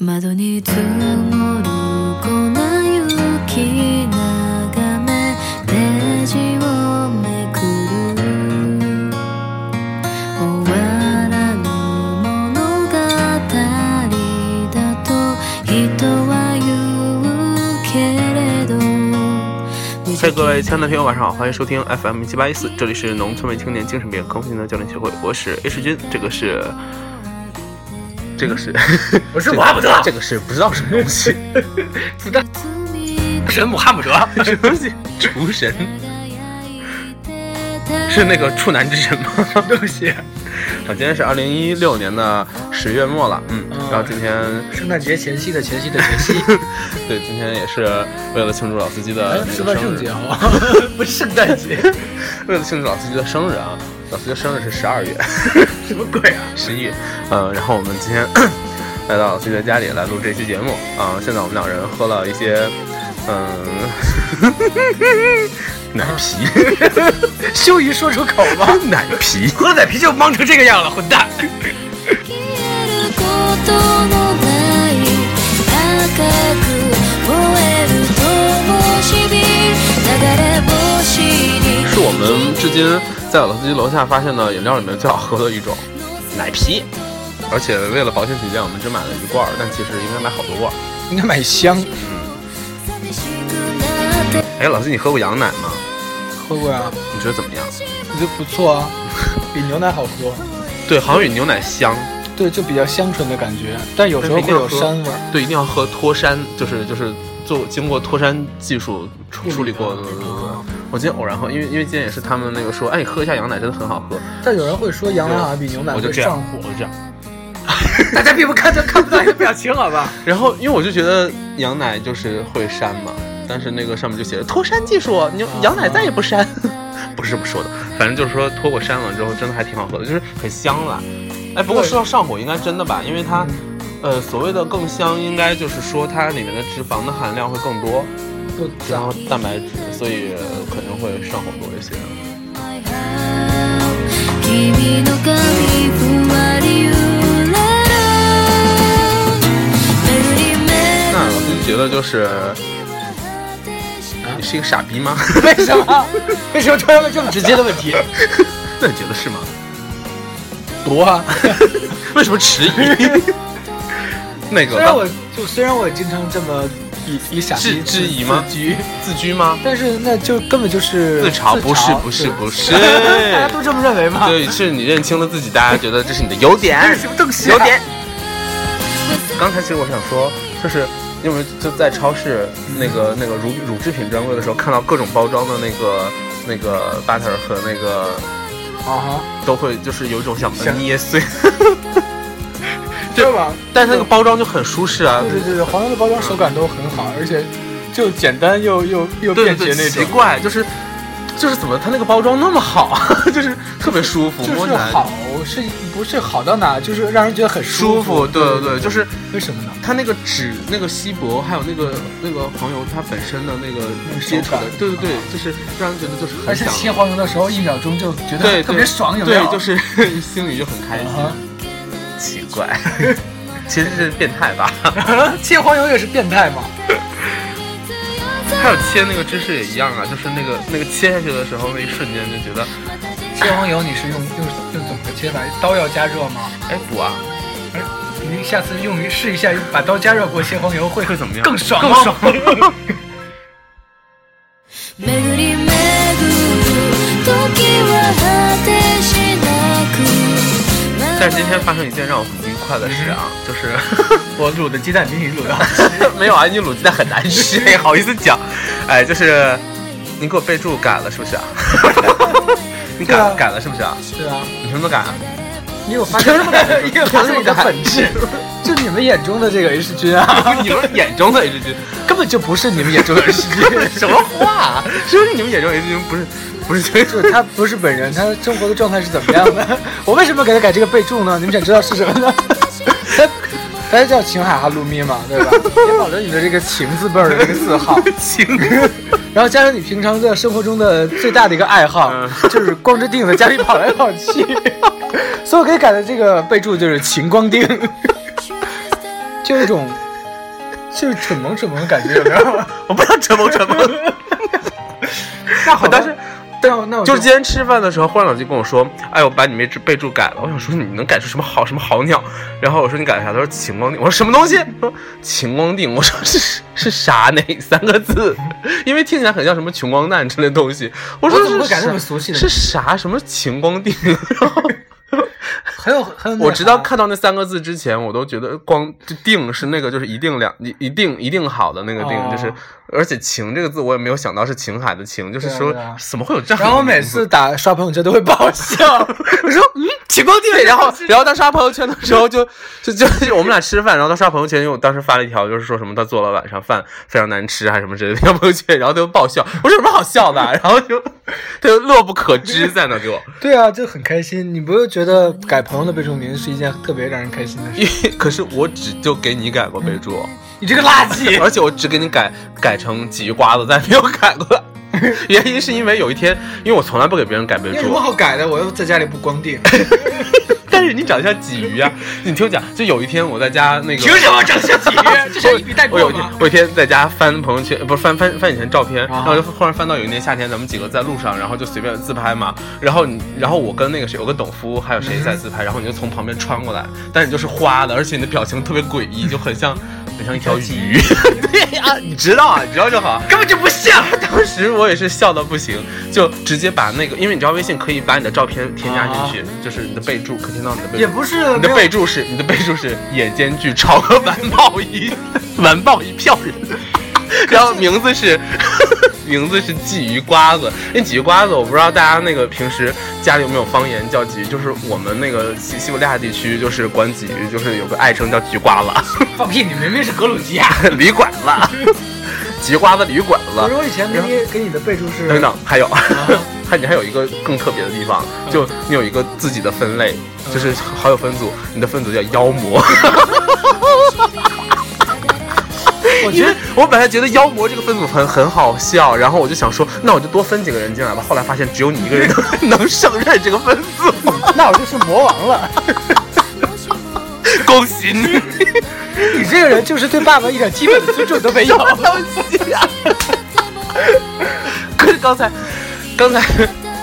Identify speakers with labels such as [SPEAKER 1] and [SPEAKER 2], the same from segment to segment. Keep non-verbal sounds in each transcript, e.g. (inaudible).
[SPEAKER 1] 窓に積もる粉雪眺めページをめくる終わらぬ物語だと人は言うけれど
[SPEAKER 2] 嗨，各位亲爱的朋友，晚上好，欢迎收听 FM 七八一四，这里是农村为青年精神病康复心的教练协会，我是 H 君，这个是，这个是，
[SPEAKER 3] 我是穆罕默德，
[SPEAKER 4] 这个是不知道什么东西，
[SPEAKER 3] 神穆罕默德，
[SPEAKER 2] 什么东西？
[SPEAKER 4] 厨神。
[SPEAKER 2] (laughs) 是那个处男之神吗？
[SPEAKER 3] 东西，
[SPEAKER 2] 啊，今天是二零一六年的十月末了，嗯，
[SPEAKER 3] 嗯
[SPEAKER 2] 然后今天，
[SPEAKER 3] (laughs) 圣诞节前夕的前夕的前夕，
[SPEAKER 2] 对，今天也是为了庆祝老司机
[SPEAKER 3] 哎
[SPEAKER 2] 的那
[SPEAKER 3] 是
[SPEAKER 2] 个
[SPEAKER 3] 万
[SPEAKER 2] 生
[SPEAKER 3] (laughs) 圣
[SPEAKER 2] 日
[SPEAKER 3] (laughs) 节，好吧？不是圣诞节，
[SPEAKER 2] 为了庆祝老司机的生日啊，老司机的生日是十二月， (laughs)
[SPEAKER 3] 什么鬼啊？
[SPEAKER 2] 十一月，嗯，然后我们今天 (clears throat) 来到老司机的家里来录这期节目啊、现在我们两人喝了一些，嗯、奶啤。
[SPEAKER 3] 啊羞于说出口吗？
[SPEAKER 2] (laughs) 奶皮。
[SPEAKER 3] (laughs) 喝了奶啤酒忙成这个样了，混蛋！
[SPEAKER 1] 消えることのない赤く燃える灯火流れ星に
[SPEAKER 2] 是我们至今在老司机楼下发现的饮料里面最好喝的一种，
[SPEAKER 3] 奶啤
[SPEAKER 2] 而且为了保险起见，我们只买了一罐儿，但其实应该买好多罐儿。
[SPEAKER 3] 应该买香，
[SPEAKER 1] 寂しくなって
[SPEAKER 2] 哎，老司机，你喝过羊奶吗？
[SPEAKER 3] 喝过呀，
[SPEAKER 2] 你觉得怎么样？
[SPEAKER 3] 我觉得不错 (laughs) 啊，比牛奶好喝，
[SPEAKER 2] 对，好像比牛奶香。
[SPEAKER 3] 对，就比较香醇的感觉，但有时候会有膻味儿。
[SPEAKER 2] 对，一定要喝脱山，就是就是做经过脱山技术处处理过的。对对对我今天偶然喝，因为因为今天也是他们那个说，哎，你喝一下羊奶真的很好喝，
[SPEAKER 3] 但有人会说羊奶好像比牛奶
[SPEAKER 2] 我就
[SPEAKER 3] 会
[SPEAKER 2] 这样
[SPEAKER 3] 上，火 (laughs)
[SPEAKER 2] 我，就这样。
[SPEAKER 3] 大家并不看这看不到你的表情，好吧？
[SPEAKER 2] 然后，因为我就觉得羊奶就是会删嘛，但是那个上面就写着脱删技术，牛羊奶再也不删， (laughs) 不是这么说的，反正就是说脱过删了之后，真的还挺好喝的，就是很香啦。哎，不过
[SPEAKER 3] 对
[SPEAKER 2] 说到上火，应该真的吧，因为它，呃，所谓的更香，应该就是说它里面的脂肪的含量会更多，
[SPEAKER 3] 不
[SPEAKER 2] 脂肪和蛋白质，所以呃可能会上火多一些。
[SPEAKER 1] 君の髪ふわり揺れる巡り巡
[SPEAKER 2] 那老师觉得就是哎你是一个傻逼吗？
[SPEAKER 3] (laughs) 为什么？ (laughs) 为什么突然问这么直接的问题？
[SPEAKER 2] (laughs) 那你觉得是吗？
[SPEAKER 3] 毒啊！
[SPEAKER 2] (laughs) 为什么迟疑？ (laughs) 那个
[SPEAKER 3] (laughs) 虽然我就虽然我经常这么以以傻逼
[SPEAKER 2] 质质疑吗
[SPEAKER 3] 自居，
[SPEAKER 2] 自居吗？
[SPEAKER 3] 但是那就根本就是
[SPEAKER 2] 自嘲不是
[SPEAKER 3] 自嘲
[SPEAKER 2] 不是
[SPEAKER 3] 对
[SPEAKER 2] 不 (laughs) 是
[SPEAKER 3] 大家都这么认为吗？
[SPEAKER 2] 对，是你认清了自己，大家觉得这是你的优 (laughs) 点。
[SPEAKER 3] 这是什么东西啊
[SPEAKER 2] 优点。刚才其实我想说，就是因为就在超市那个那个乳乳制品专柜的时候，看到各种包装的那个那个 butter 和那个
[SPEAKER 3] 啊
[SPEAKER 2] 都会就是有一种想把它
[SPEAKER 3] 想
[SPEAKER 2] 捏碎，
[SPEAKER 3] 哈，对吧？
[SPEAKER 2] 但是那个包装就很舒适啊
[SPEAKER 3] 对。对对对，黄油的包装手感都很好，而且就简单又又又
[SPEAKER 2] 对
[SPEAKER 3] 便捷
[SPEAKER 2] 对，
[SPEAKER 3] 那
[SPEAKER 2] 奇
[SPEAKER 3] 种，
[SPEAKER 2] 怪，就是就是怎么它那个包装那么好， (laughs) 就是特别舒服，
[SPEAKER 3] 就
[SPEAKER 2] 摸起
[SPEAKER 3] 是
[SPEAKER 2] 来
[SPEAKER 3] 好，是不是好到哪？就是让人觉得很
[SPEAKER 2] 舒服。
[SPEAKER 3] 服。
[SPEAKER 2] 对对对，就是
[SPEAKER 3] 为什么呢？
[SPEAKER 2] 它那个纸、那个锡箔，还有那个那个黄油，它本身的那个接触
[SPEAKER 3] 手
[SPEAKER 2] 的
[SPEAKER 3] 感，
[SPEAKER 2] 对对对，就是让人觉得就是很
[SPEAKER 3] 而且
[SPEAKER 2] 想，
[SPEAKER 3] 切黄油的时候，一秒钟就
[SPEAKER 2] (laughs)
[SPEAKER 3] 觉
[SPEAKER 2] 对，
[SPEAKER 3] 得特别爽，有没
[SPEAKER 2] 对
[SPEAKER 3] 有？，
[SPEAKER 2] 就是心里就很开心。
[SPEAKER 3] 啊
[SPEAKER 2] 奇怪， (laughs) 其实是变态
[SPEAKER 3] (laughs)
[SPEAKER 2] 吧？
[SPEAKER 3] 哈，切黄油也是变态嘛。
[SPEAKER 2] 还有切那个芝士也一样啊，就是那个那个切下去的时候，那一瞬间就觉得，
[SPEAKER 3] 切黄油你是用用用怎么个切法？刀要加热吗？
[SPEAKER 2] 哎，不啊，
[SPEAKER 3] 哎你下次用于试一下，把刀加热过切黄油会
[SPEAKER 2] 会怎么样？
[SPEAKER 3] 更爽
[SPEAKER 2] 更
[SPEAKER 3] 吗 (laughs)
[SPEAKER 2] 爽。
[SPEAKER 1] 巡り巡る時は果てしなく
[SPEAKER 2] 但是今天发生一件让我很不愉快的事啊，就是 (laughs)
[SPEAKER 3] 我卤的鸡蛋比你卤的好。
[SPEAKER 2] 没有啊，你卤鸡蛋很难 (laughs) 吃，好意思讲，哎，就是你给我备注改了是不是啊？ (laughs) 你改、
[SPEAKER 3] 对啊
[SPEAKER 2] 改了是不是啊？
[SPEAKER 3] 对啊，
[SPEAKER 2] 你什么时候 (laughs) 改啊？
[SPEAKER 3] 你有发现 (laughs) 你有发现我的本质， (laughs) 就你们眼中的这个 H 君啊，
[SPEAKER 2] 你们眼中的 H (laughs) 君，
[SPEAKER 3] (laughs) 根本就不是你们眼中的 H 君，
[SPEAKER 2] 什么话？啊是不是你们眼中 H 君不是不是这
[SPEAKER 3] (laughs) 就是他不是本人，他生活的状态是怎么样的？ (laughs) 我为什么给他改这个备注呢？你们想知道是什么呢？ (laughs) 他他叫秦海哈鲁咪嘛，对吧？也保留你的这个情字辈儿的这个字号。
[SPEAKER 2] 情？ (laughs)
[SPEAKER 3] 然后加上你平常在生活中的最大的一个爱好，
[SPEAKER 2] 嗯
[SPEAKER 3] 就是光着腚在家里跑来
[SPEAKER 2] (laughs)
[SPEAKER 3] 跑去，所以我给改的这个备注就是“秦光腚”。就有一种就是蠢萌蠢萌的感觉，有没有？
[SPEAKER 2] 啊我不要沉默沉 (laughs) 默。
[SPEAKER 3] 那好吧，
[SPEAKER 2] 但是
[SPEAKER 3] 但我那我
[SPEAKER 2] (laughs) 就是今天吃饭的时候，忽然老金跟我说：“哎，我把你备注备注改了。”我想说你能改出什么好什么好鸟？然后我说你改了啥？他说晴光定。我说什么东西？他说晴光定。我说是是啥哪 (laughs) 三个字？因为听起来很像什么穷光蛋之类的东西。我说
[SPEAKER 3] 我怎么
[SPEAKER 2] 是
[SPEAKER 3] 会改
[SPEAKER 2] 啥
[SPEAKER 3] 这么俗气的
[SPEAKER 2] 是啥什么晴光定？ (laughs) 然后
[SPEAKER 3] (laughs) 很有很有内涵，
[SPEAKER 2] 我直到看到那三个字之前，我都觉得光就定是那个就是一定两一一定一定好的那个定，
[SPEAKER 3] 哦
[SPEAKER 2] 就是而且晴这个字我也没有想到是晴海的晴，就是说
[SPEAKER 3] 对啊对啊
[SPEAKER 2] 怎么会有这样的名字？
[SPEAKER 3] 然后
[SPEAKER 2] (laughs)
[SPEAKER 3] 我每次打刷朋友圈都会爆笑，我说嗯，
[SPEAKER 2] 晴光地位。然
[SPEAKER 3] (laughs)
[SPEAKER 2] 后，然后他刷朋友圈的时候就，就就就我们俩吃饭，然后他刷朋友圈，因为我当时发了一条，就是说什么他做了晚上饭非常难吃，还是什么之类的，发朋友圈，然后他就爆笑，我说有什么好笑的啊、然后就他就乐不可支在那给我。 (laughs)
[SPEAKER 3] 对啊，就很开心。你不会觉得改朋友的备注名是一件特别让人开心的事？
[SPEAKER 2] 因为可是我只就给你改过备注，
[SPEAKER 3] 你这个垃圾！
[SPEAKER 2] 而且 (laughs) 我只给你改改成鲫鱼瓜子，但没有改过。 (laughs) 原因是因为有一天，因为我从来不给别人改备
[SPEAKER 3] 你有什么
[SPEAKER 2] 注，
[SPEAKER 3] 好改的？我又在家里不
[SPEAKER 2] (laughs)
[SPEAKER 3] 光腚。
[SPEAKER 2] 但是你长得像鲫鱼啊！你听我讲，就有一天我在家那个，
[SPEAKER 3] 什么整 (laughs) 相体？这是一笔带
[SPEAKER 2] 我有一天，我有一天在家翻朋友圈，呃不是翻翻翻以前照片，然后就忽然翻到有一年夏天，咱们几个在路上，然后就随便自拍嘛。然后你，然后我跟那个谁，我跟董夫还有谁在自拍，然后你就从旁边穿过来，但是你就是花的，而且你的表情特别诡异，就很像很像一条鱼。 (laughs) 对呀、你知道啊，你知道就好。
[SPEAKER 3] 根本就不像。
[SPEAKER 2] 当时我也是笑到不行，就直接把那个，因为你知道微信可以把你的照片添加进去，就是你的备注可以添到你的备注。
[SPEAKER 3] 也不是
[SPEAKER 2] (laughs) 你
[SPEAKER 3] 没
[SPEAKER 2] 的
[SPEAKER 3] 有
[SPEAKER 2] 备注是你的备注是野间剧超和完爆一 (laughs) 完爆一票人，然后名字是 (laughs) 名字是鲫鱼瓜子。那鲫鱼瓜子，我不知道大家那个平时家里有没有方言叫鲫鱼，就是我们那个西西伯利亚地区就是管鲫鱼，就是有个爱称叫鲫瓜子， (laughs)
[SPEAKER 3] 放屁，你明明是格鲁吉亚。
[SPEAKER 2] 旅馆了， (laughs) 鲫瓜子旅馆
[SPEAKER 3] 我
[SPEAKER 2] 了。
[SPEAKER 3] 说我以前给你给你的备注是
[SPEAKER 2] 等等，还有， (laughs) 还你还有一个更特别的地方，就你有一个自己的分类，就是好友分组，你的分组叫妖魔。 (laughs)
[SPEAKER 3] 我
[SPEAKER 2] 因
[SPEAKER 3] 觉
[SPEAKER 2] 为
[SPEAKER 3] 得
[SPEAKER 2] 我本来觉得妖魔这个分组很很好笑，然后我就想说，那我就多分几个人进来吧。后来发现只有你一个人能 (laughs) 能胜任这个分组，
[SPEAKER 3] 那我就是魔王了。 (laughs)
[SPEAKER 2] 恭喜你！
[SPEAKER 3] 你这个人就是对爸爸一点基本的尊重都没 (laughs) 有。
[SPEAKER 2] (laughs) 可是刚才，刚才，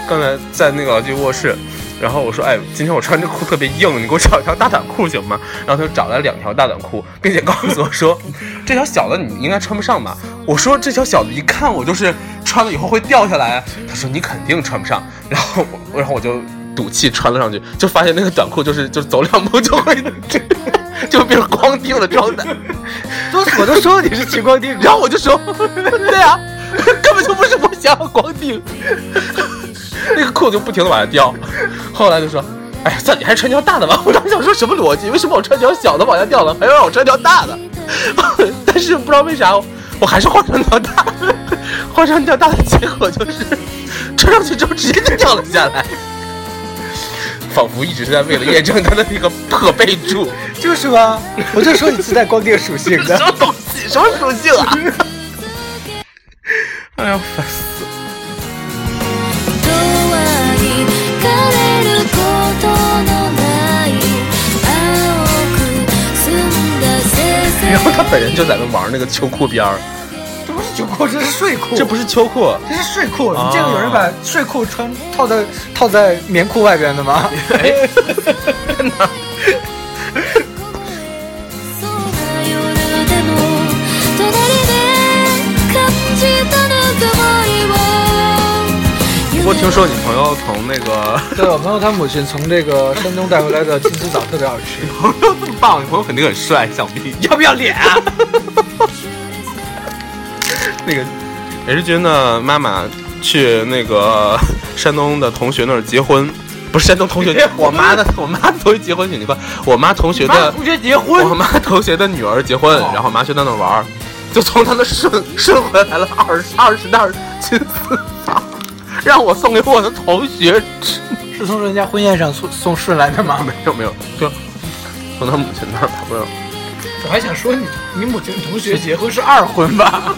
[SPEAKER 2] 刚才在那个老季卧室，然后我说，哎，今天我穿这裤特别硬，你给我找一条大短裤行吗？然后他就找来两条大短裤，并且告诉我说， (laughs) 这条小的你应该穿不上吧？我说这条小的一看我就是穿了以后会掉下来。啊他说你肯定穿不上。然后我，然后我就赌气穿了上去，就发现那个短裤就是就是走两步就会 (laughs) 就变成光腚的状态。
[SPEAKER 3] 都我都说你是晴光腚，
[SPEAKER 2] (laughs) 然后我就说，对啊， (laughs) 根本就不是我想要光腚， (laughs) 那个裤子就不停的往下掉。后来就说，哎呀，算了你还穿条大的吧。我 (laughs) 当时想说什么逻辑？为什么我穿条小的往下掉了，还要让我穿条大的？ (laughs) 但是不知道为啥，我还是换上条大的， (laughs) 换上条大的结果就是穿上去之后直接就掉了下来。仿佛一直是在为了验证他的那个破备注，
[SPEAKER 3] 就是吗？我就说你自带光腚属性
[SPEAKER 2] 什
[SPEAKER 3] 的。 (laughs)
[SPEAKER 2] 么东西，什么属性啊？哎呀，烦死了！
[SPEAKER 1] とは行かれることのない青く澄んだ世
[SPEAKER 2] (laughs) 然后
[SPEAKER 1] 界
[SPEAKER 2] 他本人就在那玩那个秋裤边儿，
[SPEAKER 3] 这不是哦酒裤，这是睡裤。
[SPEAKER 2] 这不是秋裤，
[SPEAKER 3] 这是睡裤，
[SPEAKER 2] 啊
[SPEAKER 3] 你见过有人把睡裤穿套在套在棉裤外边的吗？
[SPEAKER 2] 哎，
[SPEAKER 1] そうな夜でも隣で感じたぬくもりを
[SPEAKER 2] 我听说你朋友从那个
[SPEAKER 3] (laughs)
[SPEAKER 2] (laughs)
[SPEAKER 3] 对，我朋友他母亲从这个山东带回来的金丝枣特别好 (laughs) 吃。
[SPEAKER 2] 朋友这么棒，你朋友肯定很帅，想必 (laughs) 要不要脸啊？那个也是君的妈妈去那个 (laughs) 山东的同学那儿结婚，不是山东同学， (laughs) 我妈的我妈的同学结婚去，你快，我妈同学的
[SPEAKER 3] 学结
[SPEAKER 2] 我，妈同学的女儿结婚，
[SPEAKER 3] 哦
[SPEAKER 2] 然后我妈去那那玩儿，就从她那顺顺回来了二十二十袋儿金丝枣，让我送给我的同学吃。
[SPEAKER 3] 是从人家婚宴上送送顺来的吗？
[SPEAKER 2] 没有没有，就从他母亲那儿吧，不是
[SPEAKER 3] 我还想说你你母亲同学结婚是二婚吧？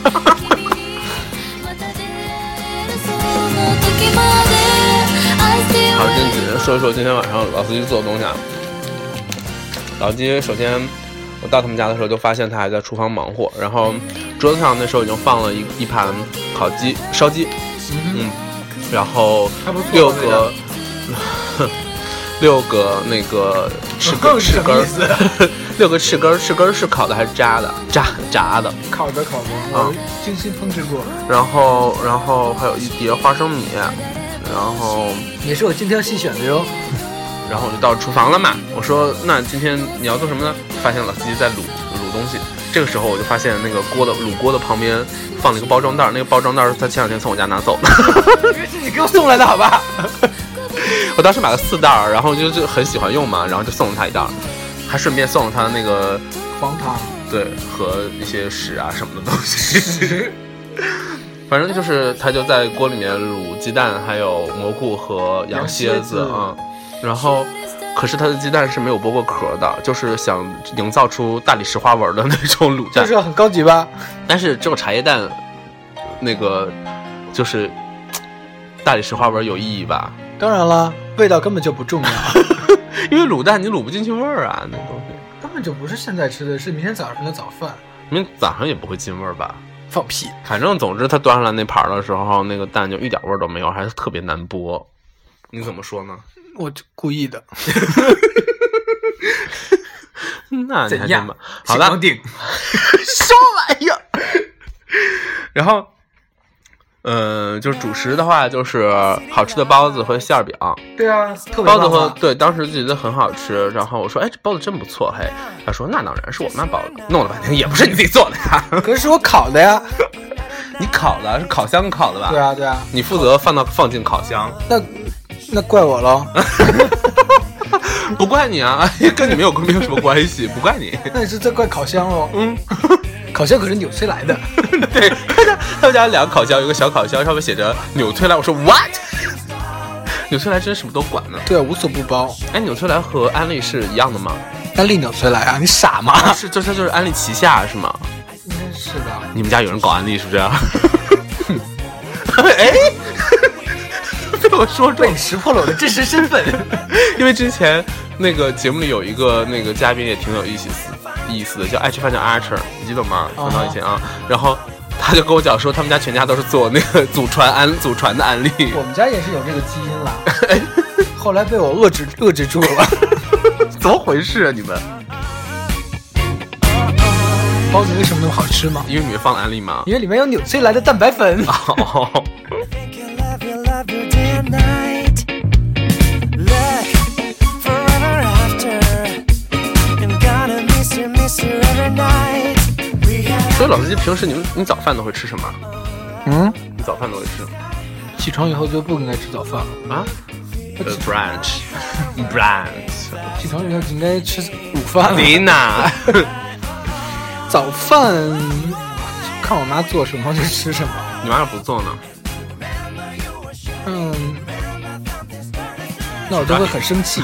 [SPEAKER 2] 好，跟你说一说今天晚上老司机做的东西啊。老司机首先，我到他们家的时候就发现他还在厨房忙活，然后桌子上那时候已经放了一一盘烤鸡、烧鸡，嗯，然后
[SPEAKER 3] 还不错
[SPEAKER 2] 六
[SPEAKER 3] 味道
[SPEAKER 2] 个 (laughs) 六个那个翅根翅
[SPEAKER 3] 是什
[SPEAKER 2] 根
[SPEAKER 3] 么意
[SPEAKER 2] 儿，
[SPEAKER 3] 思？
[SPEAKER 2] (laughs) 六个翅根儿，翅根儿是烤的还是炸的？炸炸的。
[SPEAKER 3] 烤的烤的，
[SPEAKER 2] 啊
[SPEAKER 3] 我精心烹制过，
[SPEAKER 2] 然后然后还有一碟花生米，然后
[SPEAKER 3] 也是我精挑细选的哟。
[SPEAKER 2] 然后我就到厨房了嘛。我说那今天你要做什么呢？发现老司机在卤卤东西。这个时候我就发现那个锅的卤锅的旁边放了一个包装袋儿，那个包装袋儿是他前两天从我家拿走的。
[SPEAKER 3] 是你给我送来的好吧？
[SPEAKER 2] 我当时买了四袋儿，然后就就很喜欢用嘛，然后就送了他一袋儿，还顺便送了他那个
[SPEAKER 3] 黄糖，
[SPEAKER 2] 对和一些屎啊什么的东西。 (laughs) 反正就是他就在锅里面卤鸡蛋，还有蘑菇和羊蝎
[SPEAKER 3] 羊蝎
[SPEAKER 2] 子
[SPEAKER 3] 子
[SPEAKER 2] 啊、然后。可是他的鸡蛋是没有剥过壳的，就是想营造出大理石花纹的那种卤
[SPEAKER 3] 就
[SPEAKER 2] 蛋。
[SPEAKER 3] 是很高级吧？
[SPEAKER 2] 但是只有茶叶蛋，那个就是大理石花纹有意义吧？
[SPEAKER 3] 当然了，味道根本就不重要，
[SPEAKER 2] 因为卤蛋你卤不进去味儿啊，那东西。
[SPEAKER 3] 当然就不是现在吃的，是明天早上的早饭。
[SPEAKER 2] 因为早上也不会进味儿吧？
[SPEAKER 3] 放屁！
[SPEAKER 2] 反正总之，他端上来那盘儿的时候，那个蛋就一点味儿都没有，还是特别难剥。你怎么说呢？
[SPEAKER 3] 我就故意的。
[SPEAKER 2] 那你还
[SPEAKER 3] 怎
[SPEAKER 2] 真
[SPEAKER 3] 样
[SPEAKER 2] 吧。好了，
[SPEAKER 3] (laughs) 顶。
[SPEAKER 2] 什么玩意儿？然后，呃，就是主食的话，就是好吃的包子和馅儿饼。
[SPEAKER 3] 对啊，特别
[SPEAKER 2] 包子
[SPEAKER 3] 棒
[SPEAKER 2] 和
[SPEAKER 3] 啊
[SPEAKER 2] 对，当时就觉得很好吃。然后我说：“哎，这包子真不错。”嘿，他说：“那当然是我妈包的，弄了半天也不是你自己做的呀，
[SPEAKER 3] 可是我烤的 (laughs) 呀。
[SPEAKER 2] (laughs) 你烤的是烤箱烤的吧？
[SPEAKER 3] 对啊，对啊，
[SPEAKER 2] 你负责放到放进烤箱。”
[SPEAKER 3] 那那怪我喽。
[SPEAKER 2] 不怪你啊， (laughs) 跟你没有没有什么关系，不怪你。
[SPEAKER 3] 那你是在怪烤箱喽？
[SPEAKER 2] 嗯，
[SPEAKER 3] (laughs) 烤箱可是纽崔莱的。
[SPEAKER 2] (laughs) 对，他家他们家两个烤箱，有个小烤箱，上面写着纽崔莱。我说 what？纽崔莱真什么都管呢。
[SPEAKER 3] 对啊，无所不包。
[SPEAKER 2] 哎，纽崔莱和安利是一样的吗？
[SPEAKER 3] 那利纽崔莱啊，你傻吗？
[SPEAKER 2] 是，这这就是安利旗下是吗？
[SPEAKER 3] 应该是吧。
[SPEAKER 2] 你们家有人搞安利是不是？ (laughs) 哎， (laughs) 被我说中
[SPEAKER 3] 被你识破了我的真实身份。
[SPEAKER 2] (laughs) 因为之前那个节目里有一个那个嘉宾也挺有意思意思的，叫爱吃饭叫阿 r 你记得吗？
[SPEAKER 3] 啊哈
[SPEAKER 2] 很早以前啊，然后他就跟我讲说，他们家全家都是做那个祖传安祖传的安利，
[SPEAKER 3] (laughs) 我们家也是有这个基因啦，后来被我遏制遏制住了。 (laughs)
[SPEAKER 2] 怎么回事啊你们？
[SPEAKER 3] 包子为什么那么好吃吗？
[SPEAKER 2] 因为里面放了安利吗？
[SPEAKER 3] 因为里面有纽崔莱的蛋白粉。
[SPEAKER 2] 哦，
[SPEAKER 5] Make you love you, love you day and night. Look, forever after. I'm gonna miss you, miss you every night. We have
[SPEAKER 2] 所以老司机平时你们你早饭都会吃什么？
[SPEAKER 3] 嗯，
[SPEAKER 2] 你早饭都会吃什么
[SPEAKER 3] 起床以后就不应该吃早饭了。
[SPEAKER 2] 啊？呃，brunch，brunch，
[SPEAKER 3] 起床以后就应该吃午饭了。
[SPEAKER 2] 丽娜，
[SPEAKER 3] 早饭看我妈做什么就吃什么。
[SPEAKER 2] (laughs) 你晚上不做呢？
[SPEAKER 3] 嗯，那我就会很生气。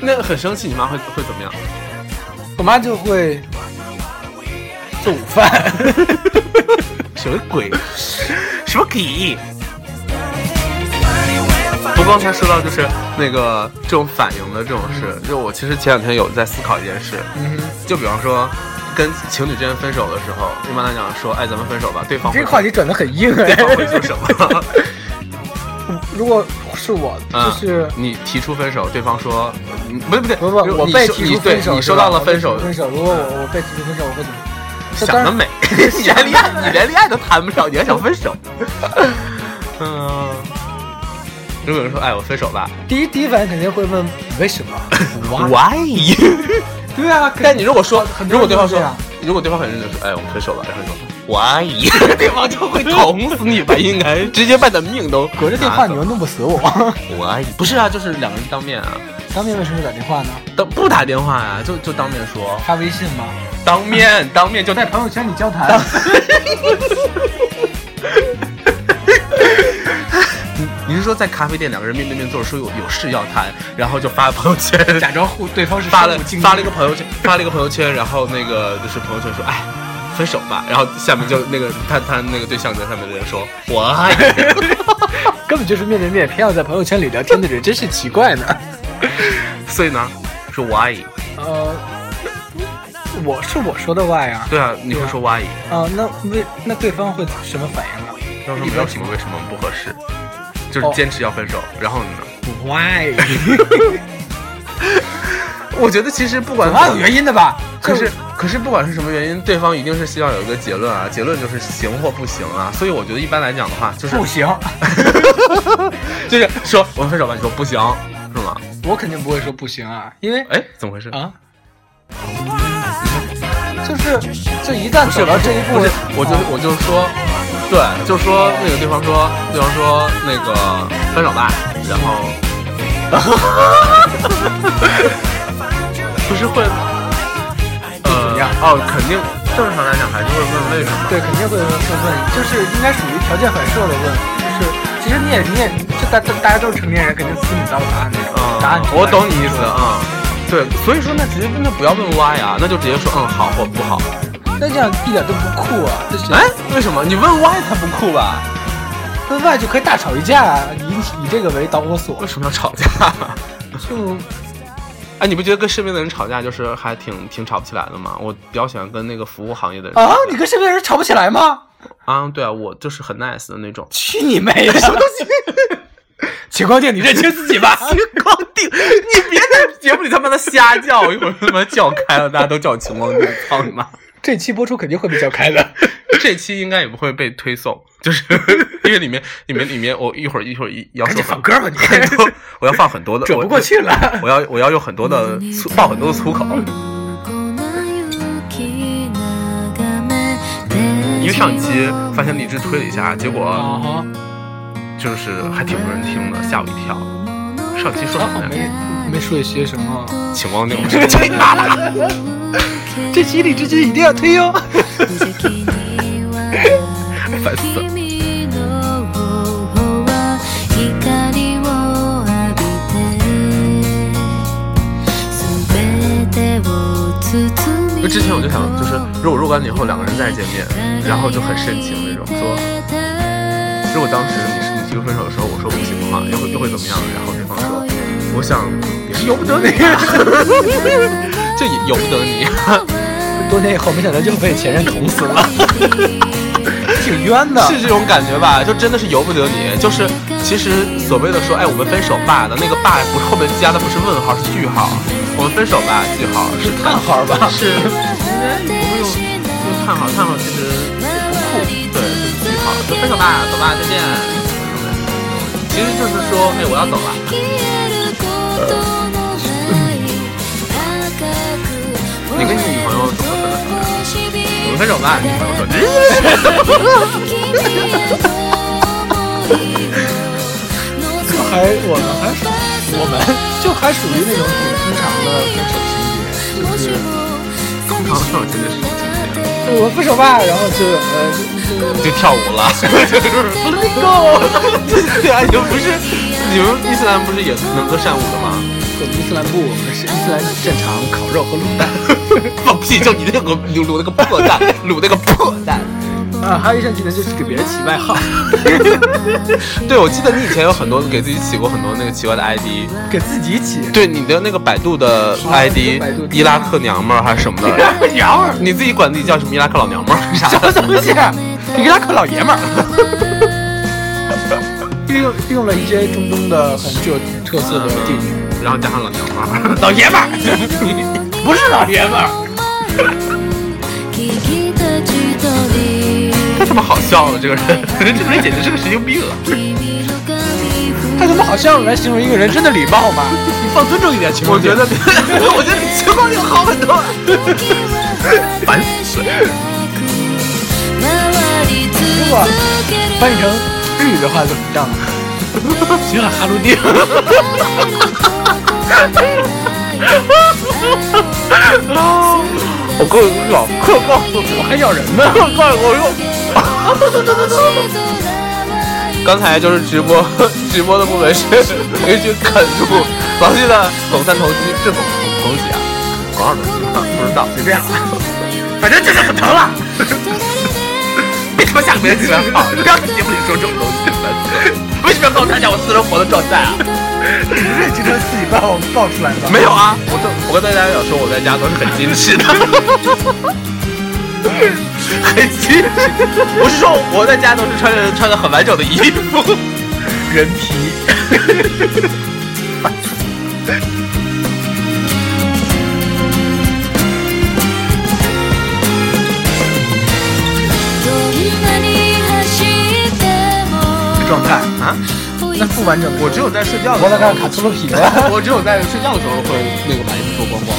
[SPEAKER 2] 那很生气，你妈会会怎么样？
[SPEAKER 3] (laughs) 我妈就会做午饭。
[SPEAKER 2] 什么鬼？ (laughs) 什么鬼？
[SPEAKER 5] funny when I
[SPEAKER 2] 不过
[SPEAKER 5] find
[SPEAKER 2] 刚才说到就是那个这种反应的这种事，就我其实前两天有在思考一件事，
[SPEAKER 3] 嗯
[SPEAKER 2] 就比方说跟情侣之间分手的时候，一般来讲说，哎，咱们分手吧，对方会
[SPEAKER 3] 这个话题转的很硬哎
[SPEAKER 2] 对。方会说什么？
[SPEAKER 3] (laughs) 如果是我，
[SPEAKER 2] 嗯
[SPEAKER 3] 就是。
[SPEAKER 2] 你提出分手，对方说，嗯不对不对，
[SPEAKER 3] 不不，我
[SPEAKER 2] 你
[SPEAKER 3] 被
[SPEAKER 2] 说
[SPEAKER 3] 提
[SPEAKER 2] 你
[SPEAKER 3] 出分手，
[SPEAKER 2] 对你收
[SPEAKER 3] 是吧
[SPEAKER 2] 到了
[SPEAKER 3] 我被
[SPEAKER 2] 分
[SPEAKER 3] 提
[SPEAKER 2] 手，
[SPEAKER 3] 出分手。如果我我被提出分手，我会怎么？那
[SPEAKER 2] (laughs) 想得
[SPEAKER 3] 当然
[SPEAKER 2] 美，你连恋爱你连恋爱都谈不上，你还想分手？ (laughs) 嗯，如果有人说，哎，我分手吧
[SPEAKER 3] 第一第一反应肯定会问你
[SPEAKER 2] (laughs)
[SPEAKER 3] 为什么？
[SPEAKER 2] ，why？ (laughs)
[SPEAKER 3] 对啊，
[SPEAKER 2] 但你如果说
[SPEAKER 3] 很，
[SPEAKER 2] 如果
[SPEAKER 3] 多人
[SPEAKER 2] 对方
[SPEAKER 3] 都
[SPEAKER 2] 说
[SPEAKER 3] 这样，
[SPEAKER 2] 如果对方很认真地说，哎，我们分手吧，然后你说，我阿姨， (laughs) 对方就会捅死你吧，应 (laughs) 该直接把你的命都
[SPEAKER 3] 隔着电话你又弄不死我，
[SPEAKER 2] 我阿姨不是啊，就是两个人当面啊，
[SPEAKER 3] 当面为什么打电话呢？
[SPEAKER 2] 当不打电话呀、就就当面说，
[SPEAKER 3] 发微信吗？
[SPEAKER 2] 当面当面就在
[SPEAKER 3] 朋友圈里交谈。
[SPEAKER 2] 你是说在咖啡店两个人面对面坐着说有有事要谈，然后就发朋友圈， (laughs)
[SPEAKER 3] 假装互对方是
[SPEAKER 2] 发了
[SPEAKER 3] 生物竞
[SPEAKER 2] 发了
[SPEAKER 3] 争
[SPEAKER 2] 一个朋友圈，发了一个朋友圈，然后那个就是朋友圈说，哎，分手吧，然后下面就那个他他那个对象在上面的人说，我阿姨。 (laughs)
[SPEAKER 3] 根本就是面对面，偏要在朋友圈里聊天的人，真是奇怪呢。
[SPEAKER 2] (laughs) 所以呢，说 why？
[SPEAKER 3] 呃，我是我说的 why 啊，
[SPEAKER 2] 对啊，你会说 why？
[SPEAKER 3] 啊、那为那对方会什么反应呢啊
[SPEAKER 2] 要说没有什么为什么不合适，就是坚持要分手。然后呢？
[SPEAKER 3] (laughs) ？Why？
[SPEAKER 2] 我觉得其实不管
[SPEAKER 3] 总要有原因的吧？
[SPEAKER 2] 可，
[SPEAKER 3] 就是
[SPEAKER 2] 可是不管是什么原因，对方一定是希望有一个结论啊，结论就是行或不行啊。所以我觉得一般来讲的话，就是
[SPEAKER 3] 不行，
[SPEAKER 2] 就是说我们分手吧，你说不行是吗？
[SPEAKER 3] 我肯定不会说不行啊，因为
[SPEAKER 2] 哎，怎么回事？
[SPEAKER 3] 啊，就是就一旦走到这一步啊
[SPEAKER 2] 不是，，我就我就说，对，就说那个对方说，对方说那个分手吧，然后，不是会，呃，哦，肯定正常来讲还是会问为什么。
[SPEAKER 3] 对，肯定会问问，就是应该属于条件反射的问，就是其实你也你也就大大大家都是成年人，肯定自己知道答案的，
[SPEAKER 2] 嗯
[SPEAKER 3] 答案
[SPEAKER 2] 我懂你意思啊、嗯对，所以说那直接那不要问 why 啊，那就直接说嗯好或不好。
[SPEAKER 3] 那这样一点都不酷啊，就是
[SPEAKER 2] 哎，为什么你问 why 它不酷吧？
[SPEAKER 3] 分外就可以大吵一架啊，以以这个为导火索
[SPEAKER 2] 为，什么要吵架？
[SPEAKER 3] 就
[SPEAKER 2] 哎，你不觉得跟身边的人吵架就是还挺挺吵不起来的吗？我比较喜欢跟那个服务行业的人
[SPEAKER 3] 啊
[SPEAKER 2] 吵，架
[SPEAKER 3] 你跟身边人吵不起来吗？。
[SPEAKER 2] 啊，对啊，我就是很 nice 的那种
[SPEAKER 3] 去你妹的！什么东西？ (laughs) 秦光定，你认清自己 (laughs) 吧。
[SPEAKER 2] 秦光定，你别 (laughs) 在节目里他妈的瞎叫，我一会儿他妈叫开了，大家都叫我秦光定，操你妈！
[SPEAKER 3] 这期播出肯定会被叫开的。
[SPEAKER 2] (laughs) 这期应该也不会被推送，就是 (laughs) 因为里面里面里面我一会儿一会儿一要
[SPEAKER 3] 赶
[SPEAKER 2] 说
[SPEAKER 3] 紧
[SPEAKER 2] 很
[SPEAKER 3] 放歌吧你
[SPEAKER 2] 很 (laughs) 多，我要放很多的，
[SPEAKER 3] 转不
[SPEAKER 2] 我
[SPEAKER 3] 过去了
[SPEAKER 2] 我要我要用很多的粗爆很多的粗口，因为上一期发现荔枝推了一下，结 (laughs) 果
[SPEAKER 3] 啊，
[SPEAKER 2] 就是还挺多人听的，吓我一跳。上期说什么来着？
[SPEAKER 3] 没没说一些什么。
[SPEAKER 2] 请光定，我这这哪来的？
[SPEAKER 3] 这期荔枝君一定要推哟。
[SPEAKER 2] 烦死了。因为之前我就想，就是如果若干年后两个人再见面，然后就很深情那种，说 (laughs) 如果当时你是你提出分手的时候，我说不行的话，又会又会怎么样？然后对方说，我想也是由不得你，
[SPEAKER 3] 啊
[SPEAKER 2] 这也由不得你。
[SPEAKER 3] (laughs) 多年以后，没想到就被前任捅死了， (laughs) 挺冤的。
[SPEAKER 2] (laughs) 是这种感觉吧？就真的是由不得你。就是其实所谓的说，哎，我们分手吧的那个吧，不是后面加的不是问号，是句号。我们分手吧，句号是叹号吧？是，用叹号，叹号其实不酷，对，就是句号，就分手吧，走吧，再见。其实就是说，哎，我要走了。
[SPEAKER 1] 你跟你女朋友怎么分的手呀？
[SPEAKER 2] 我们分手吧，你朋友说，嗯
[SPEAKER 3] 还我们还属我们就还属于那种挺正常的分手情节，就是
[SPEAKER 2] (laughs) 通常分手真的是
[SPEAKER 3] 就我分手吧，然后就呃就就
[SPEAKER 2] 就跳舞了，就是 (laughs) 对啊，你们不是你们伊斯兰不是也能歌善舞的 (laughs) 吗？
[SPEAKER 3] 滚伊斯兰步，是伊斯兰战场烤肉和卤蛋。
[SPEAKER 2] 放屁！就你那个卤卤那个破蛋，卤那个破蛋。
[SPEAKER 3] 啊，还有一项技能就是给别人起外号，
[SPEAKER 2] 对，我记得你以前有很多给自己起过很多那个奇怪的 ID，
[SPEAKER 3] 给自己起。
[SPEAKER 2] 对你的那个百度的
[SPEAKER 3] 啊
[SPEAKER 2] ID，
[SPEAKER 3] 百度的
[SPEAKER 2] 伊拉克娘们儿还是什么的，
[SPEAKER 3] 娘们
[SPEAKER 2] 你自己管自己叫什么伊拉克老娘们儿啥
[SPEAKER 3] (laughs) 什么
[SPEAKER 2] 的，
[SPEAKER 3] 东西？啊伊拉克老爷 (laughs) 们儿。利用利用了一些中东的很具有特色的地名，
[SPEAKER 2] 然后加上老娘们儿，
[SPEAKER 3] 老
[SPEAKER 2] (laughs)
[SPEAKER 3] 爷们儿不是老爷们儿，
[SPEAKER 2] 太他妈好笑了，啊这个人， (laughs) 这个人简直是个神经病啊！
[SPEAKER 3] 他怎么好像来形容一个人真的礼貌吗？你放尊重一点，请
[SPEAKER 2] 我觉得，我觉得你情况就好很多。
[SPEAKER 1] 烦死了！如
[SPEAKER 3] 果
[SPEAKER 1] 果
[SPEAKER 3] 翻译成日语的话怎么样？啊行了，哈鲁丁，
[SPEAKER 2] 我告诉你，老客告诉
[SPEAKER 3] 我还咬人呢，
[SPEAKER 2] 告诉我用。刚才就是直播直播的部分是一句啃住老季的总三头肌，是总头肌啊，总啊二
[SPEAKER 3] (laughs)
[SPEAKER 2] 头肌吗？不知道，随便了。 (laughs)
[SPEAKER 3] 反正就是很疼了。
[SPEAKER 2] 别他妈下个别人进来跑，不要在节目里说这种东西了。 (laughs) 为什么要告诉大家我私生活的状态啊？
[SPEAKER 3] 你不是经常自己把我爆出来的？
[SPEAKER 2] (laughs) 没有啊，我都我跟大家讲说我在家都是很矜持的， (laughs) 很矜持。我是说我在家都是穿着穿着很完整的衣服， (laughs) 人皮。
[SPEAKER 1] どんなに走っても
[SPEAKER 2] 状态啊，
[SPEAKER 3] 那不完整的。
[SPEAKER 2] 我只有在睡觉的
[SPEAKER 3] 我
[SPEAKER 2] 时
[SPEAKER 3] 在
[SPEAKER 2] 候
[SPEAKER 3] 看卡秃噜皮了。
[SPEAKER 2] (laughs) 我只有在睡觉的时候会那个把衣服脱光光。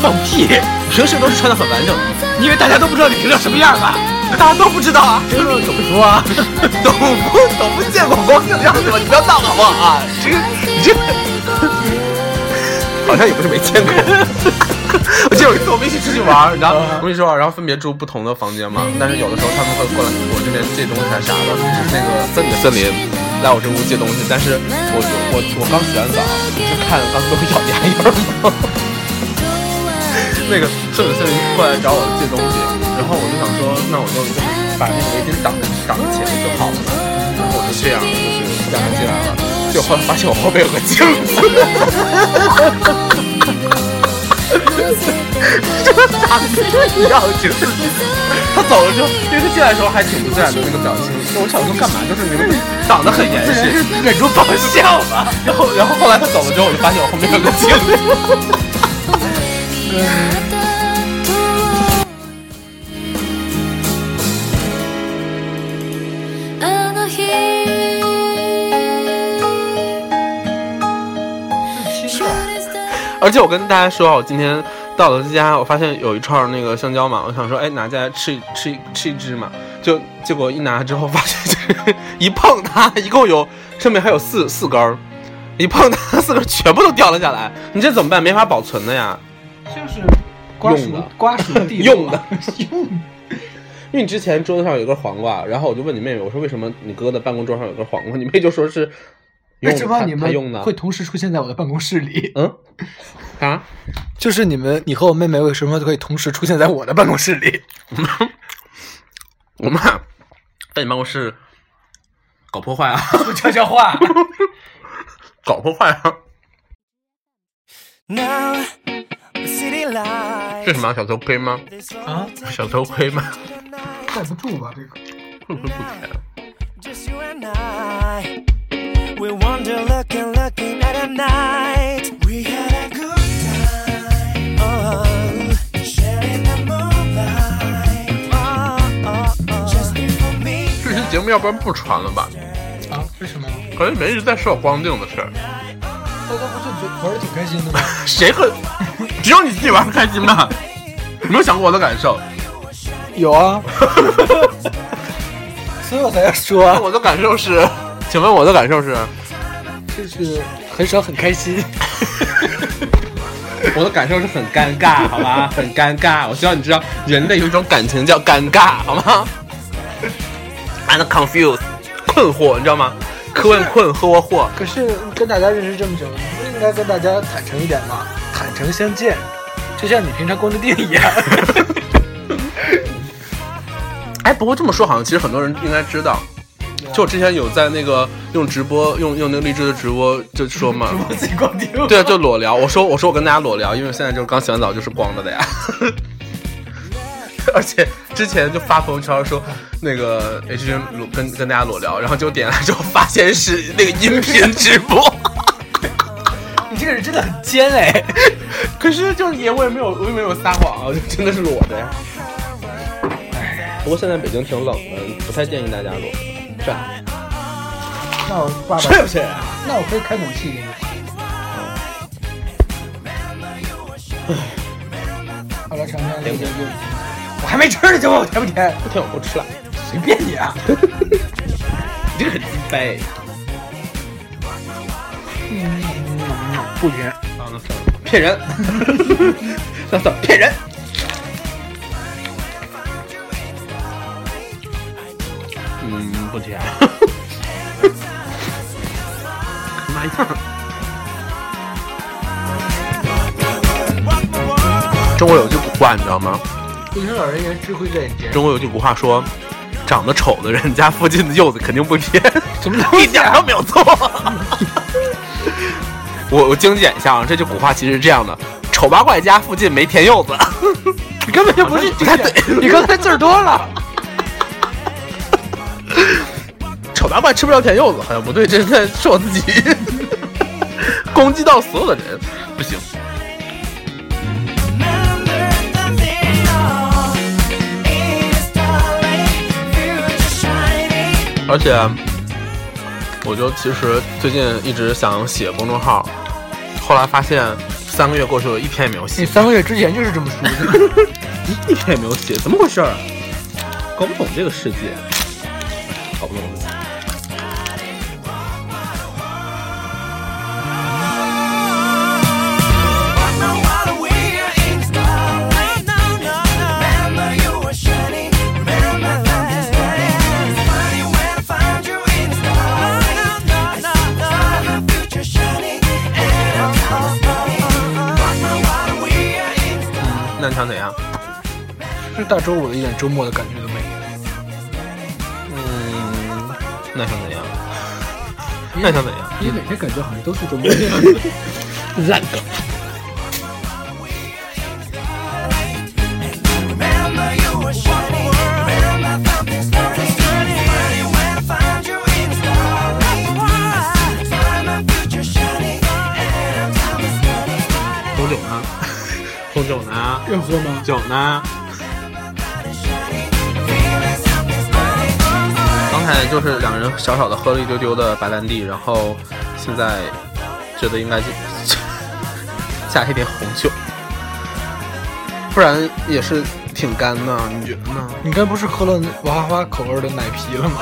[SPEAKER 2] 放屁！平时都是穿的很完整的，你以为大家都不知道你平常什么样啊？大家都不知道啊，这个懂不 (laughs) 啊？懂不懂不见过光腚的样子吗？你不要闹好不好啊？这个你这个 (laughs) 好像也不是没见过。 (laughs) 我记得有一次我们一起出去玩儿，然后我跟你说啊，然后分别住不同的房间嘛，但是有的时候他们会过来我这边借东西还是啥的，就是那个森林森林来我这屋借东西，但是我我我刚洗完澡，就看刚都咬牙印儿嘛，那个森林森林过来找我借东西，然后我就想说，那我就把那个围巾挡挡起来就好了嘛，然后我就这样就是让他进来了，就后来发现我后背有个镜子。 (laughs) 长得一样，挺自己。他走了之后，因为他进来的时候还挺不自然的那个表情，我想说干嘛？就是你们长得很严实，忍住爆笑吧。然后，然后后来他走了之后，我就发现我后面有个镜子。
[SPEAKER 1] あの日
[SPEAKER 2] 而且我跟大家说啊，我今天到了这家，我发现有一串那个香蕉嘛，我想说，哎，拿下来吃一吃一吃一只嘛，就结果一拿之后发现，就是一碰它，一共有上面还有四四根儿，一碰它四根儿全部都掉了下来，你这怎么办？没法保存的呀。
[SPEAKER 3] (laughs) 就是瓜
[SPEAKER 2] 用
[SPEAKER 3] 熟
[SPEAKER 2] 的
[SPEAKER 3] 瓜熟 (laughs) 蒂
[SPEAKER 2] 用的
[SPEAKER 3] 用的。
[SPEAKER 2] 因为你之前桌子上有根黄瓜，然后我就问你妹妹，我说为什么你哥的办公桌上有根黄瓜？你妹就说是用
[SPEAKER 3] 为什么
[SPEAKER 2] 他
[SPEAKER 3] 哎你
[SPEAKER 2] 他用
[SPEAKER 3] 们
[SPEAKER 2] 的
[SPEAKER 3] 会同时出现在我的办公室里？
[SPEAKER 2] 嗯啊？
[SPEAKER 3] 就是你们，你和我妹妹为什么可以同时出现在我的办公室里？
[SPEAKER 2] 我妈在你办公室搞破坏啊，
[SPEAKER 3] 悄悄话，
[SPEAKER 2] 搞破坏啊！
[SPEAKER 5] Now the city
[SPEAKER 2] 这
[SPEAKER 5] lights
[SPEAKER 2] 什么小头盔吗？
[SPEAKER 3] 啊？
[SPEAKER 2] 小头盔吗？
[SPEAKER 3] 盖不住吧这个？
[SPEAKER 2] 会不会不甜？
[SPEAKER 5] Just you and I. We wander looking, looking at a night. We had a good time. Oh, sharing the moonlight. Oh, oh, oh. Just you for me.
[SPEAKER 2] 这期节目要不然不传了吧？
[SPEAKER 3] 啊？为什么？
[SPEAKER 2] 可能你们一直在说我光腚的事儿，
[SPEAKER 3] 大家不是觉得玩的挺开心的吗？
[SPEAKER 2] 谁会？只有你自己玩的开心吧？有没有想过我的感受？
[SPEAKER 3] (laughs) 有啊， (laughs) 所以我才要说，
[SPEAKER 2] 啊我的感受是， (laughs) 请问我的感受是？
[SPEAKER 3] (laughs) 就是很少很开心。
[SPEAKER 2] (laughs) 我的感受是很尴尬，好吗？很尴尬。我希望你知道，人类有一种感情叫尴尬，好吗？I'm confused，困惑，你知道吗？困困惑惑。
[SPEAKER 3] (laughs) 可是跟大家认识这么久，你不应该跟大家坦诚一点吗？坦诚相见，就像你平常逛着店一样。 (laughs)
[SPEAKER 2] (laughs) 哎，不过这么说好像其实很多人应该知道，就我之前有在那个用直播用用那个荔枝的直播就说嘛，
[SPEAKER 3] 自己逛丢。
[SPEAKER 2] 对啊，就裸聊。我说我说我跟大家裸聊，因为现在就是刚洗完澡就是光着的呀。 (laughs) 而且之前就发朋友圈说那个 H 君裸跟跟大家裸聊，然后就点开之后发现是那个音频直播。
[SPEAKER 3] (laughs) 你这个人真的很尖哎。
[SPEAKER 2] (laughs) 可是就是也我也没有我也没有撒谎啊，我就真的是裸的呀。哎不过现在北京挺冷的，不太建议大家裸。是啊吧？
[SPEAKER 3] 那我爸爸，
[SPEAKER 2] 是不是啊？
[SPEAKER 3] 那我可以开暖气给你。好了，尝尝这个，我还没吃呢，就问我甜不甜，
[SPEAKER 2] 不听我不吃了，
[SPEAKER 3] 随便你啊。
[SPEAKER 2] (laughs) 你这个很鸡掰。
[SPEAKER 3] 不甜。
[SPEAKER 2] 啊，那算了，骗人。那算了，骗人。嗯，不甜。妈呀！中国有句古话，你知道吗？
[SPEAKER 3] 不听老人言，智慧在眼前。
[SPEAKER 2] 中国有句古话说：“长得丑的人家附近的柚子肯定不甜，
[SPEAKER 3] 什么
[SPEAKER 2] 一点都没有错。 (laughs) 我我精简一下啊，这句古话其实是这样的：丑八怪家附近没甜柚子。
[SPEAKER 3] 你根本就不是
[SPEAKER 2] 不太对
[SPEAKER 3] (laughs) 你刚才字儿多 (laughs) 了。
[SPEAKER 2] 丑八怪吃不了甜柚子，好像不对，这是在说我自己， (laughs) 攻击到所有的人，不行。
[SPEAKER 5] Oh,
[SPEAKER 2] 而且，我就其实最近一直想写公众号，后来发现三个月过去了，一天也没有
[SPEAKER 3] 你
[SPEAKER 2] 写，
[SPEAKER 3] 三个月之前就是这么说的。
[SPEAKER 2] 一天也没有写，怎么回事儿？啊搞不懂这个世界，搞不懂自己。那你想怎样？
[SPEAKER 3] 是大周五的一点周末的感觉都没有。
[SPEAKER 2] 嗯，那想怎样？那想怎样？
[SPEAKER 3] 你每天感觉好像都是周 (laughs) 末。烂梗。
[SPEAKER 2] 红酒呢？红酒呢？
[SPEAKER 3] 要喝吗？
[SPEAKER 2] 酒呢？刚才就是两个人小小的喝了一丢丢的白兰地，然后现在觉得应该就 (laughs) 加一点红酒，不然也是挺干的，你觉得呢？
[SPEAKER 3] 你刚才不是喝了娃哈哈口味的奶啤了 (laughs) 吗？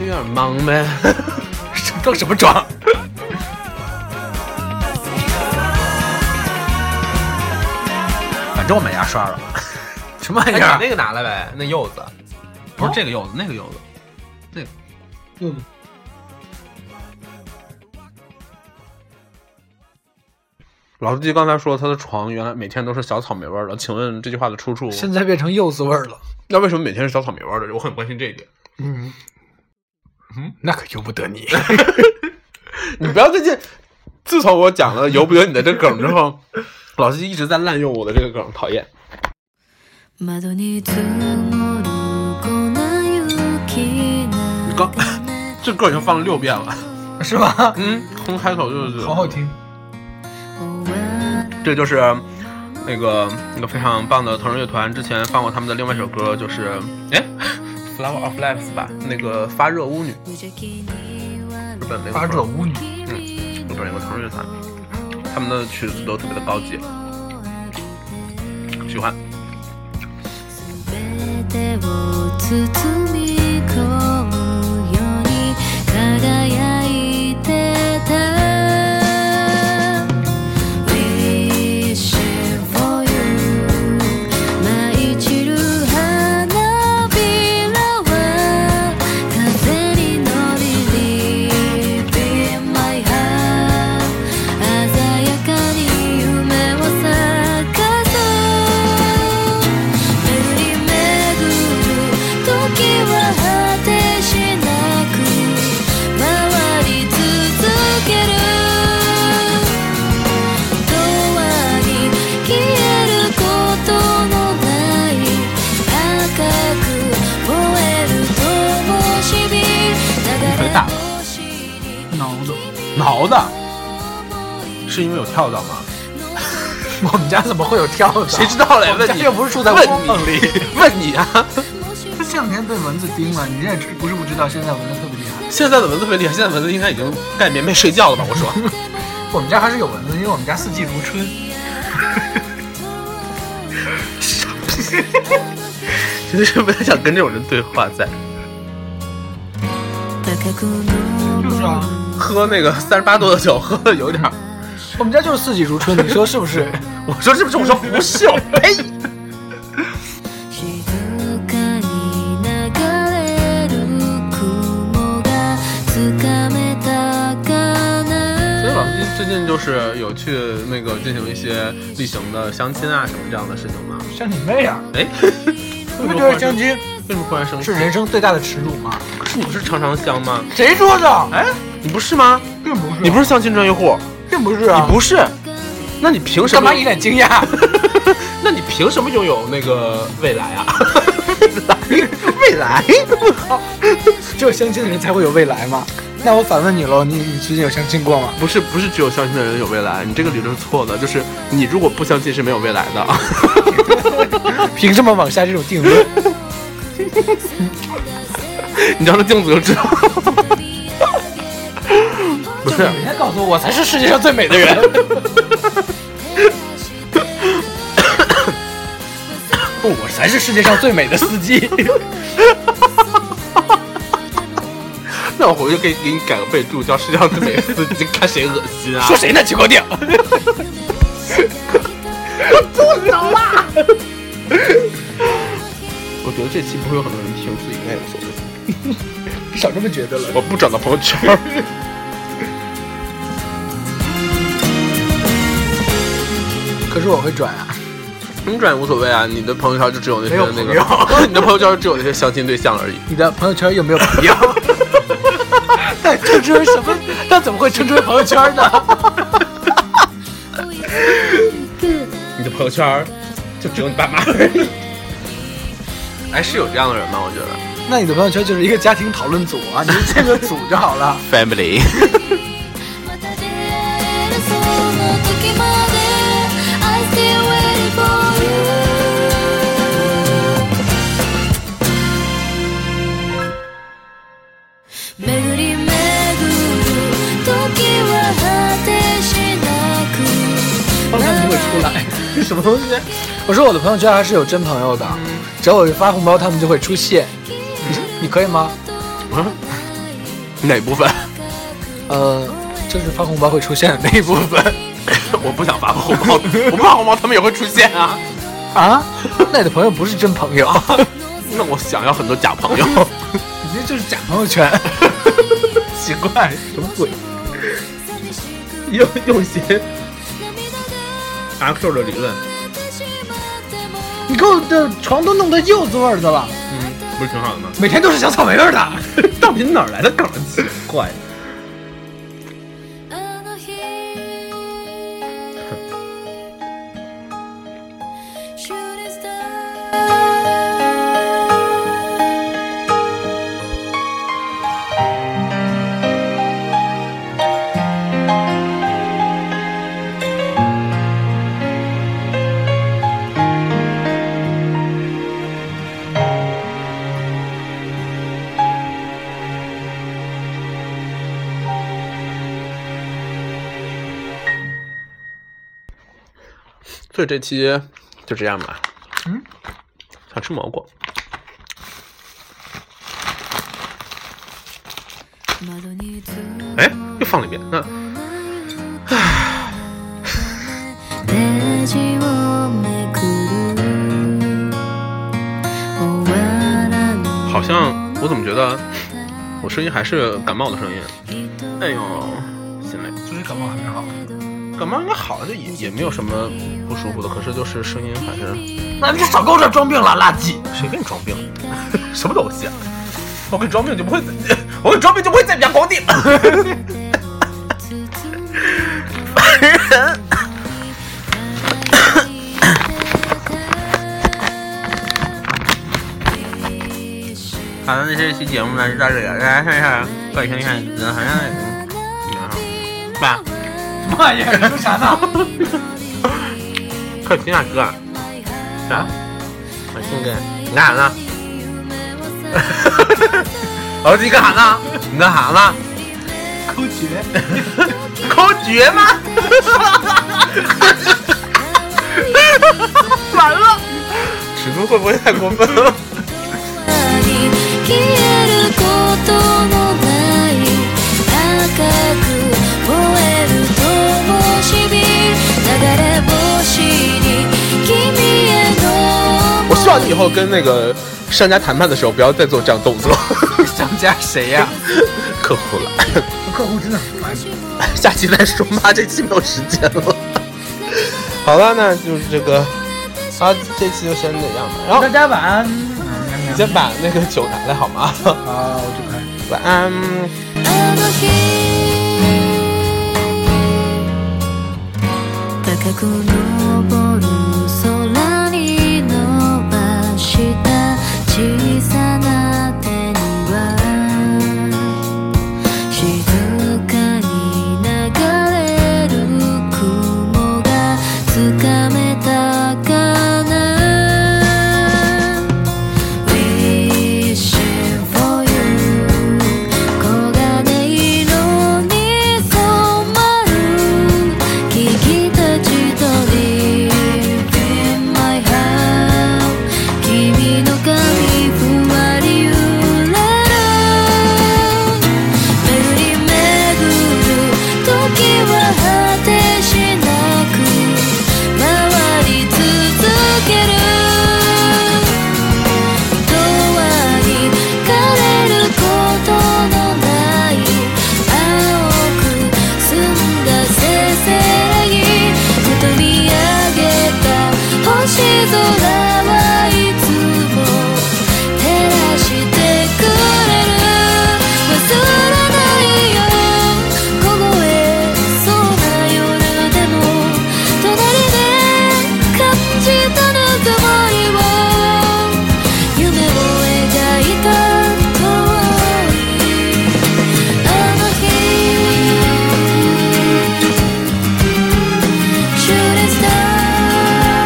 [SPEAKER 2] 有点忙呗。 (laughs)
[SPEAKER 3] 装什么装？
[SPEAKER 2] 反正我买牙刷了。
[SPEAKER 3] 什么玩
[SPEAKER 2] 哎，
[SPEAKER 3] 意
[SPEAKER 2] 你
[SPEAKER 3] 儿？啊
[SPEAKER 2] 那个拿来呗，那柚子，不是这个柚子，那个柚子。
[SPEAKER 3] 柚子
[SPEAKER 2] 老司机刚才说他的床原来每天都是小草莓味儿的，请问这句话的出处？
[SPEAKER 3] 现在变成柚子味儿了。
[SPEAKER 2] 那为什么每天是小草莓味儿的？我很关心这一点。
[SPEAKER 3] 嗯，嗯，那可由不得 (laughs) 你。
[SPEAKER 2] 你不要最近，自从我讲了由不得你的这梗之后， (laughs) 老司机一直在滥用我的这个梗，讨厌。
[SPEAKER 1] 窓に積もる粉雪
[SPEAKER 2] 你刚这歌已经放了六遍了，
[SPEAKER 3] 是吗？
[SPEAKER 2] 嗯，从开头就是
[SPEAKER 3] 好好，听。
[SPEAKER 2] 这就是那个那个非常棒的同人乐团之前放过他们的另外一首歌，就是哎。Flower of Life 吧，那个发热巫女，日本那个
[SPEAKER 3] 发
[SPEAKER 2] 同人
[SPEAKER 3] 热巫女，
[SPEAKER 2] 日本有个同人乐团，他们的曲子都特别的高级，喜欢。
[SPEAKER 1] 全てを包み込むように輝いてた Wish for you 舞い散る花びらは風に乗り Live in my heart 鮮やかに夢を咲かそう巡り巡る時は果てしなく回り続ける永遠に消えることのない赤く燃える灯火流れ星に
[SPEAKER 3] 挠子。
[SPEAKER 2] 挠的，是因为有跳蚤吗？
[SPEAKER 3] 我们家怎么会有跳蚤？
[SPEAKER 2] 谁知道嘞？
[SPEAKER 3] 我们
[SPEAKER 2] 问
[SPEAKER 3] 家
[SPEAKER 2] 你，
[SPEAKER 3] 又不是住在
[SPEAKER 2] 问
[SPEAKER 3] 窝
[SPEAKER 2] 你
[SPEAKER 3] 棚里。，
[SPEAKER 2] 问你
[SPEAKER 3] (laughs)
[SPEAKER 2] 啊！
[SPEAKER 3] 他这两天被蚊子叮了，你这也知不是不知道，现在蚊子特别厉害。
[SPEAKER 2] 现在的蚊子特别厉害，现在蚊子应该已经盖棉被睡觉了吧？我 (laughs) 说，
[SPEAKER 3] 我们家还是有蚊子，因为我们家四季如春。
[SPEAKER 2] 真的是不太想跟这种人对话在。
[SPEAKER 1] 高く昇
[SPEAKER 3] 就是啊，
[SPEAKER 2] 喝那个三十八度的酒，喝的有点儿，
[SPEAKER 3] 我们家就是四季如 (laughs) 春，你说是不是？
[SPEAKER 2] 我说是不是？我说不是，我呸！
[SPEAKER 1] 静かに流れる雲が掴めたか
[SPEAKER 2] 所以老
[SPEAKER 1] な
[SPEAKER 2] 司机最近就是有去那个进行一些例行的相亲啊什么这样的事情吗？
[SPEAKER 3] 像你妹啊！
[SPEAKER 2] 哎， (laughs)
[SPEAKER 3] 你不觉得相亲
[SPEAKER 2] 为什么忽然生气
[SPEAKER 3] 是？人生最大的耻辱吗？
[SPEAKER 2] 你不是常常香吗？
[SPEAKER 3] 谁说的？
[SPEAKER 2] 哎，你不是吗？
[SPEAKER 3] 并不是，
[SPEAKER 2] 你不是相亲专业户，
[SPEAKER 3] 并不是
[SPEAKER 2] 你
[SPEAKER 3] 啊！
[SPEAKER 2] 不是，那你凭什
[SPEAKER 3] 干
[SPEAKER 2] 么
[SPEAKER 3] 嘛？一脸惊讶？
[SPEAKER 2] 那你凭什么拥有那个未来啊？
[SPEAKER 3] (laughs) 未来？我靠！ (laughs) 只有相亲的人才会有未来吗？那我反问你喽，你你最近有相亲过吗？
[SPEAKER 2] (laughs) 不是不是只有相亲的人有未来，你这个理论是错的。就是你如果不相信是没有未来的。 (laughs)
[SPEAKER 3] 凭什么往下这种定论？
[SPEAKER 2] 你照着镜子就知道。 (laughs) 不是，
[SPEAKER 3] 人家告诉我，我才是世界上最美的 (laughs) 人。不，我才是世界上最美的司机。
[SPEAKER 2] 那我回去可以给你改个备注，叫世界上最美的司机， (laughs) 看谁恶心啊
[SPEAKER 3] 说！谁呢？ (laughs) 起锅定。
[SPEAKER 2] 我觉得这期不会有很多人听，所以应该也无所谓。
[SPEAKER 3] 你少这么觉得了。
[SPEAKER 2] 我不转到朋友圈。 (laughs)
[SPEAKER 3] 可是我会转啊。
[SPEAKER 2] 你转也无所谓啊，你的朋友圈就只有那些
[SPEAKER 3] 没有
[SPEAKER 2] 那
[SPEAKER 3] 朋友
[SPEAKER 2] (laughs) 个，你的朋友圈只有那些相亲对象而已。 (laughs)
[SPEAKER 3] 你的朋友圈有没有 (laughs) 朋友？但称之为什么？但怎么会称之为朋友圈呢？
[SPEAKER 2] 你的朋友圈就只有你爸妈而已。哎，是有这样的人吗？我觉得
[SPEAKER 3] (laughs) 那你的朋友圈就是一个家庭讨论组啊，你就建个组就好 (laughs) 了。
[SPEAKER 2] family
[SPEAKER 1] また出会えるその時まで I still waiting for you 巡り巡る時は果てしなく
[SPEAKER 3] 放
[SPEAKER 1] な
[SPEAKER 3] 上
[SPEAKER 1] る
[SPEAKER 3] 不会出来， (laughs) 什么东西？我说我的朋友圈还是有真朋友的，只要我发红包，他们就会出现。你可以吗？
[SPEAKER 2] (laughs) 哪部分？
[SPEAKER 3] 呃，就是发红包会出现的那一部分
[SPEAKER 2] (laughs) 我不想发红 (laughs) 包，我不发红包，他们也会出现啊。
[SPEAKER 3] 啊。 (laughs) 那你的朋友不是真朋友， (laughs)
[SPEAKER 2] 那我想要很多假朋友， (laughs)
[SPEAKER 3] 你这就是假朋友圈，奇怪，什么鬼？
[SPEAKER 2] 用用心。阿 Q 的理论，
[SPEAKER 3] (laughs) 你给我的床都弄得柚子味儿的了，
[SPEAKER 2] 嗯，不是挺好的吗？
[SPEAKER 3] 每天都是小草莓味儿的。
[SPEAKER 2] (laughs) 到底哪儿来的梗？奇怪。
[SPEAKER 1] あの日 Shooting star
[SPEAKER 2] 所以这期就这样吧。嗯，想吃蘑菇，
[SPEAKER 1] 窓に映る
[SPEAKER 2] 哎，又放了一遍。那
[SPEAKER 1] ページをめくる終わらぬ
[SPEAKER 2] 好像我怎么觉得我声音还是感冒的声音？哎呦，心累。
[SPEAKER 3] 就是感冒还没好，
[SPEAKER 2] 感冒应该好了，就也也没有什么不舒服的，可是就是声音还是……
[SPEAKER 3] 那你就少给我这儿装病了，垃圾！
[SPEAKER 2] 谁给你装病？什么东西、啊？我给你装病就不会在， (laughs) 我给你装病就不会在你家光腚。好的，那这期节目呢就到这里了，大家看一下，快看一看，好像嗯，爸，
[SPEAKER 3] 什么玩意儿？你说啥呢？
[SPEAKER 2] (laughs) 快听下歌
[SPEAKER 3] (laughs)
[SPEAKER 2] 啊，啥？我听歌，你啊干啥呢？我说你干啥呢？你干啥呢？
[SPEAKER 3] 抠绝。
[SPEAKER 2] (laughs) 抠绝吗？ (laughs) 完了，尺度会不会太过分了？
[SPEAKER 1] 消えることのない赤く燃える灯火流れ星に君への
[SPEAKER 2] (laughs) 我希望你以后跟那个商家谈判的时候，不要再做这样 (laughs) 动作。
[SPEAKER 3] 商家谁呀、
[SPEAKER 2] (laughs) 客户了， (laughs)
[SPEAKER 3] 客户真的很烦。
[SPEAKER 2] 下期再说吧，这期没有时间了。 (laughs) 好了，那就是这个啊，这期就先这样吧。然后
[SPEAKER 3] 大家晚安。嗯
[SPEAKER 2] 先把那个酒拿来好吗？ (laughs)
[SPEAKER 3] 啊，我去看。
[SPEAKER 2] 晚安。
[SPEAKER 1] あの日高く昇る空に伸ばした小さな手には静かに流れる雲がつかめたかな Wishing for you 黄金色に染まる君たちと Live in my heart 君の髪ふわり揺れる巡り巡る時は果てしなく回り続ける永遠に枯れることのない青く澄んだせせらぎふと見上げた星空はいつも照らしてくれる忘れないよ凍えそうな夜でも隣で感じたぬくもりを夢を描いた遠いあの日「シューレスタ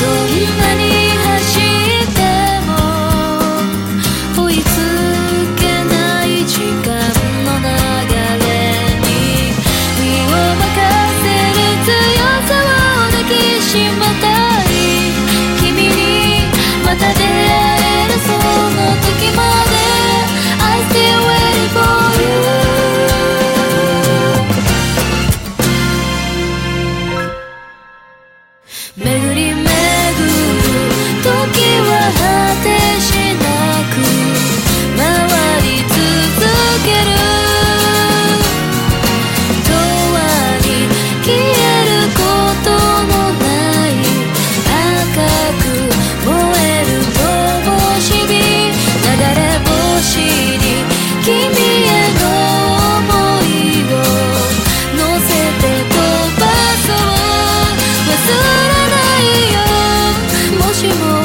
[SPEAKER 1] どんなに走っても追いつけない時間の流れに身を任せる強さを抱きしめたい君にまた出会えるその時まで I still waiting for you 巡り巡る時は果てしなく回り続ける永遠に消えることのない赤く燃える灯火流れ星に君への想いを「乗せて飛ばそう」「忘れないよもしも